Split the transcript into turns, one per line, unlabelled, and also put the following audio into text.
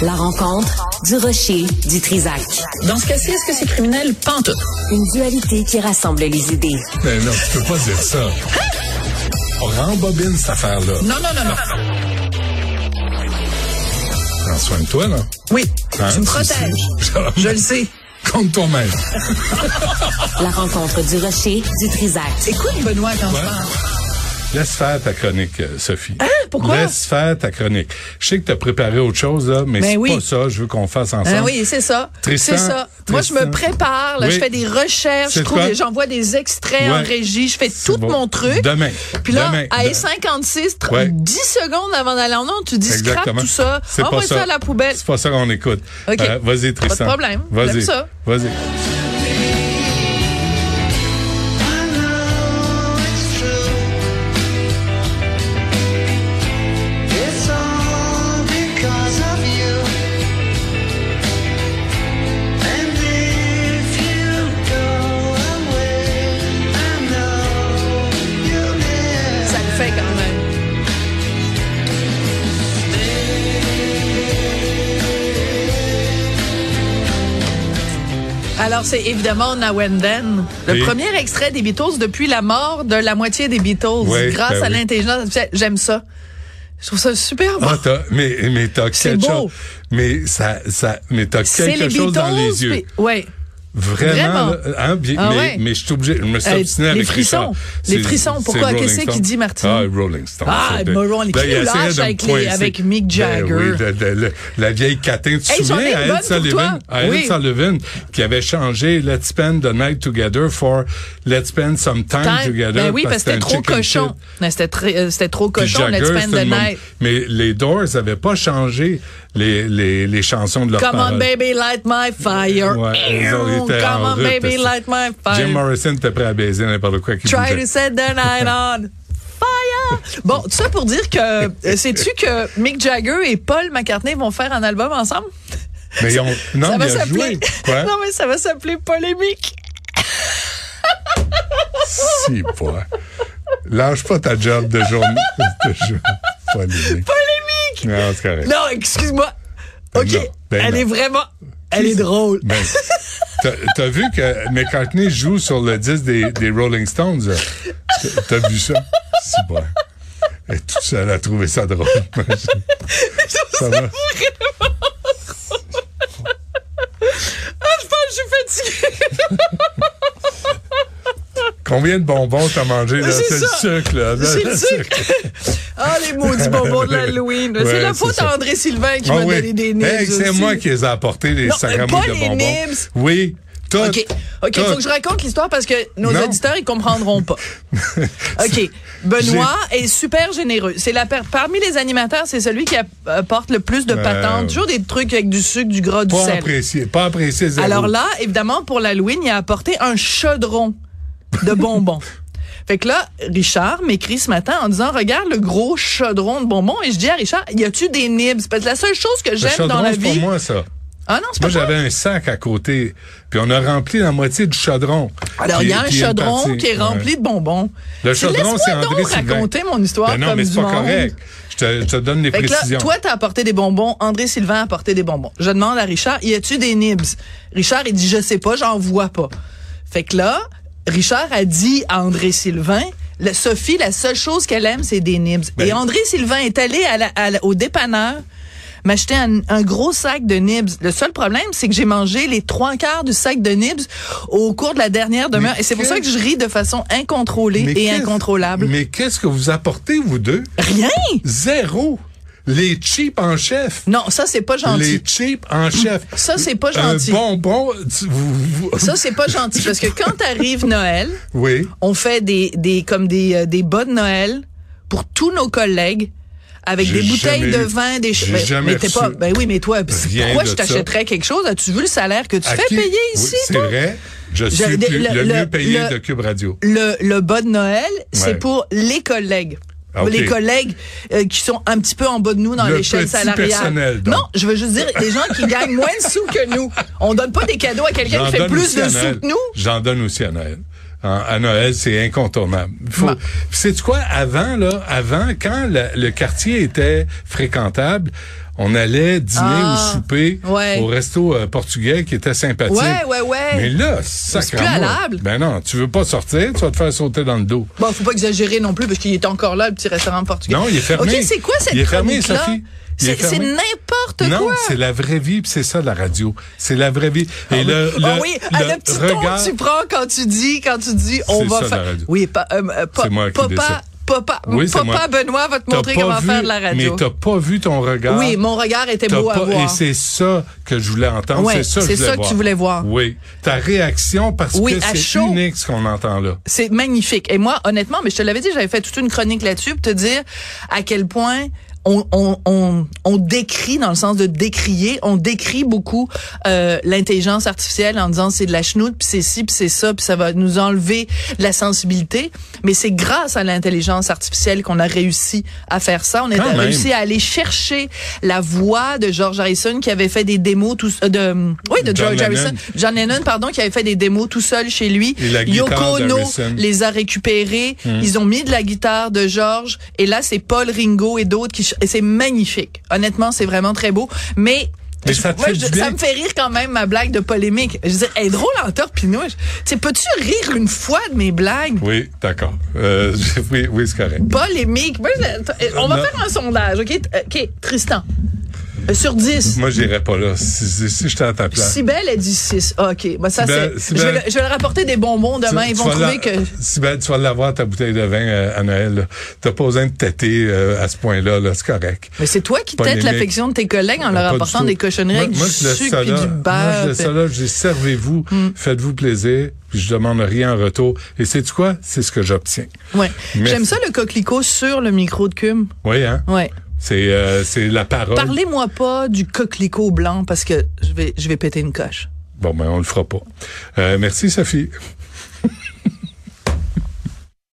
La rencontre du rocher du Trisac.
Dans ce cas-ci, est-ce que c'est criminel? Pente.
Une dualité qui rassemble les idées.
Mais Ben non, tu peux pas dire ça. On rembobine cette affaire-là.
Non, non, non, non.
Prends soin de toi, là.
Oui,
Hein,
tu me
tu
protèges.
sais.
Je le sais.
Compte toi-même.
La rencontre du rocher du Trisac.
Écoute, Benoît, quand
Ouais.
tu parles.
Laisse faire ta chronique, euh, Sophie. Hein?
Pourquoi?
Laisse faire ta chronique. Je sais que t'as préparé autre chose, là, mais
Ben
c'est
oui.
pas ça. Je veux qu'on fasse ensemble.
Ah oui, c'est ça.
Tristan,
c'est ça. Moi, je me
Tristan.
prépare, là,
Oui.
je fais des recherches,
C'est
je trouve,
quoi?
des- j'envoie des extraits en
Ouais.
régie, je fais
C'est
tout
bon.
mon truc.
Demain.
Puis là,
Demain.
à
Demain.
56, tr-
Ouais.
10 secondes avant d'aller en onde, tu dis scrap
Exactement.
tout ça,
C'est pas
envoie ça.
ça
à la poubelle.
C'est pas ça qu'on écoute. Euh,
OK.
vas-y,
Pas de
Tristan.
problème. J'aime
Vas-y.
ça.
Vas-y.
It's all because of you. And if you go away, I know you'll miss.
Ça le fait quand même. Alors, c'est évidemment Now and Then, le
Oui.
premier extrait des Beatles depuis la mort de la moitié des Beatles,
Oui,
grâce
ben
à
oui.
l'intelligence artificielle. J'aime ça. Je trouve ça super bon.
Ah, t'as, mais, mais t'as
C'est
quelque
beau.
chose. Mais ça, ça, mais t'as
c'est les
quelque
Beatles.
chose dans les yeux.
puis- ouais.
Vraiment,
Vraiment.
là, hein, bien-
Ah
mais,
ouais.
mais je suis obligé, je me suis
Euh,
obstiné
les
avec
frissons.
Richard.
Les
C'est-
frissons,
c'est
pourquoi?
Rolling
Qu'est-ce
Stone.
qu'il dit, Martine?
Ah, Rolling Stone.
Ah,
c'était-
mais Rolling-
Ben,
qui
il
nous
essayait
lâche
de me
avec les-
coincer.
avec Mick Jagger?
Ben oui, de- de- le- la vieille catin. Tu te
Hey, j'en ai
souviens,
une
à
bonne
Ed
pour toi.
Sullivan, à Ed
Oui.
Sullivan, qui avait changé Let's Spend the Night Together for Let's Spend Some Time,
Time.
Together.
Ben oui, parce que c'était
un
trop
chicken
cochon.
shit.
Non, C'était très- euh, c'était trop
Puis
cochon, Let's
Jagger,
Spend
c'était
the
le monde-
Night.
Mais les Doors n'avaient pas changé les, les, les chansons de leur
Come on,
paroles.
baby, light my fire.
Ouais, eux autres, ils étaient
Come
en
on,
route,
baby,
c'est-
light my fire.
Jim Morrison était prêt à baiser n'importe quoi. qui
Try
bougeait.
to set the night on fire. Bon, tout ça pour dire que, euh, sais-tu que Mick Jagger et Paul McCartney vont faire un album ensemble?
Mais ils ont... Non,
ça va
mais il a
s'appeler.
joué. Quoi?
non, mais ça va s'appeler Polémique.
si, quoi. Lâche pas ta job de journée. de jour- Polémique.
Polémique!
Non, c'est correct.
Non, excuse-moi. OK.
Non, ben
elle
non.
est vraiment. Elle est drôle.
Ben, t'as- t'as vu que McCartney joue sur le disque des, des Rolling Stones? là? T'as- T'as vu ça? C'est bon. Et toute seule a trouvé ça drôle. ça va?
Ah, je pense que je suis fatiguée.
Combien de bonbons t'as mangé? là?
C'est
C'est
ça.
le sucre, là.
C'est le sucre. Ah, les maudits bonbons de l'Halloween. c'est
Ouais,
la
c'est
faute
ça.
à André Sylvain qui m'a donné des nibs.
Ah Hey, c'est
aussi.
moi qui les ai apportés, les
Non, euh,
sacs à
pas
mousse de
les
bonbons.
nibs.
Oui. Tout.
OK. OK,
Tout.
faut que je raconte l'histoire parce que nos
Non.
auditeurs, ils comprendront pas. OK. Benoît est super généreux. C'est la per- parmi les animateurs, c'est celui qui apporte le plus de
Ben,
patentes, toujours des trucs avec du sucre, du gras, du
Pas
sel.
apprécié. Pas apprécié, zéro.
Alors là, évidemment, pour l'Halloween, il a apporté un chaudron de bonbons. Fait que là, Richard m'écrit ce matin en disant Regarde le gros chaudron de bonbons. Et je dis à Richard Y a-tu des nibs Parce que la seule chose que
le
j'aime
chaudron,
dans la
c'est pour
vie.
moi, ça.
Ah non, c'est
Moi,
pas
j'avais un sac à côté, puis on a rempli la moitié du chaudron.
Alors, il y a un
Puis- puis une
chaudron
partie.
qui est rempli
Ouais.
de bonbons.
Le
Tu-
chaudron,
laisse-moi
c'est André
donc
Sylvain.
raconter mon histoire
Ben non,
comme
mais
du
c'est pas
monde.
correct. Je te, je te donne les
Fait que là,
précisions.
Ben, toi, t'as apporté des bonbons. André Sylvain a apporté des bonbons. Je demande à Richard, y a-tu des nibs? Richard, il dit, je sais pas, j'en vois pas. Fait que là, Richard a dit à André Sylvain, la- Sophie, la seule chose qu'elle aime, c'est des nibs.
Ben-
Et André Sylvain est allé à la- à la- au dépanneur m'acheter un, un gros sac de nibs. Le seul problème, c'est que j'ai mangé les trois quarts du sac de nibs au cours de la dernière demeure.
Mais
Et c'est pour
que-
ça que je ris de façon incontrôlée
Mais
et
qu'est-ce-
incontrôlable.
Mais qu'est-ce que vous apportez, vous deux?
Rien!
Zéro. Les cheap en chef.
Non, ça, c'est pas gentil.
Les cheap en chef.
Ça, c'est pas gentil.
Un bonbon, tu- vous- vous-
Ça, c'est pas gentil parce que quand arrive Noël,
oui.
on fait des, des comme des, euh, des bas de Noël pour tous nos collègues avec
J'ai
des bouteilles
jamais
de
eu-
vin, des
j'ai
mais-
jamais
mais t'es
reçu
pas ben oui, mais toi
rien
pourquoi
de
je
ça.
t'achèterais quelque chose As-tu vu le salaire que tu
À
fais
qui-
payer
Oui,
ici
C'est
toi
vrai. Je suis
le-
plus- le,
le- le-
mieux payé
le-
de Cube Radio.
le, le bas de Noël, c'est
Ouais.
pour les collègues.
Ah, ok.
Les collègues euh, qui sont un petit peu en bas de nous dans
Le
l'échelle
petit
salariale.
personnel, donc.
Non, je veux juste dire les gens qui gagnent moins de sous que nous. On donne pas des cadeaux à quelqu'un
J'en
qui fait
donne
plus
aussi
de
à
sous
Noël.
que nous.
J'en donne aussi à Noël. en- à Noël, c'est incontournable. Faut,
Ouais.
c'est quoi avant là, avant quand la- le quartier était fréquentable, on allait dîner
Ah,
ou souper
ouais.
au resto euh, portugais qui était sympathique.
Ouais, ouais, ouais.
Mais là, sacrément.
plus halable.
Ben non, tu veux pas sortir, tu vas te faire sauter dans le dos.
Bon, faut pas exagérer non plus parce qu'il est encore là, le petit restaurant portugais.
Non, il est fermé.
OK, c'est quoi cette
Il est fermé,
chronique-là?
Sophie. Il est
C'est c'est
fermé.
n'importe
Non,
quoi.
c'est la vraie vie, puis c'est ça la radio. C'est la vraie vie. Et le,
Ah
le-
oui, ah, le,
le
petit
regard,
ton que tu prends quand tu dis, quand tu dis, on
C'est
va
ça, la
faire.
radio.
Oui, pa- euh, euh, pa-
C'est moi qui dis
papa,
ça.
papa,
Oui, c'est
papa
moi.
Benoît va te
t'as
montrer
pas
comment
vu-
faire de la radio.
Mais t'as pas vu ton regard.
oui, mon regard était
T'as
beau à
pas-
voir.
Et c'est ça que je voulais entendre.
Ouais,
c'est ça,
c'est
je voulais
ça que
voir.
tu voulais voir.
Oui. Ta réaction, parce
Oui,
que
à
c'est
chaud.
unique ce qu'on entend là.
C'est magnifique. Et moi, honnêtement, mais je te l'avais dit, j'avais fait toute une chronique là-dessus pour te dire à quel point on, on, on, on décrit, dans le sens de décrier, on décrit beaucoup euh, l'intelligence artificielle en disant c'est de la chenoute, puis c'est ci, puis c'est ça, puis ça va nous enlever de la sensibilité. Mais c'est grâce à l'intelligence artificielle qu'on a réussi à faire ça. On a
Quand même.
réussi à aller chercher la voix de George Harrison qui avait fait des démos, tout, euh, de, oui, de George
John Lennon.
Harrison, John Lennon, pardon, qui avait fait des démos tout seul chez lui.
Et la guitare
Yoko Ono
d'Harrison. Hmm.
les a récupérés. Ils ont mis de la guitare de George. Et là, c'est Paul Ringo et d'autres qui. ch- et c'est magnifique. Honnêtement, c'est vraiment très beau. Mais.
Mais
je-
ça te
moi,
fait
je-
du bien.
ça me fait rire quand même ma blague de polémique. Je dis, elle est drôle en torpinouche. Tu sais, peux-tu rire une fois de mes blagues?
Oui, d'accord. Euh, oui, oui, c'est correct.
Polémique. Moi, je- euh, On va
Non.
faire un sondage, OK? OK, Tristan. Euh, Sur 10.
Moi, j'irais pas là. Si, si, si j'étais à ta place.
Sibelle, elle dit 6. OK. Bah, ça,
Sibelle-
c'est. Je vais,
Sibelle-
le- je vais leur apporter des bonbons demain. Ils
Tu- tu
vont
vas
trouver
la-
que.
Si ben, tu vas l'avoir, ta bouteille de vin euh, à Noël. là. T'as pas besoin de têter euh, à ce point-là. là. C'est correct.
Mais c'est toi qui têtes
Polémique.
l'affection de tes collègues en leur
Ben, Pas du
apportant
tout.
des cochonneries
Moi-
avec
moi,
du
je laisse
sucre
ça
et du
là. Moi,
beurre. Hmm.
je laisse ça là. Je dis, servez-vous, faites-vous plaisir, puis je demande rien en retour. Et c'est quoi? C'est ce que j'obtiens.
Ouais.
Merci.
J'aime ça le coquelicot sur le micro de cume.
Oui, hein?
Ouais.
C'est euh, c'est la parole.
Parlez-moi pas du coquelicot blanc parce que je vais je vais péter une coche.
Bon, ben, on le fera pas. Euh, merci, Sophie.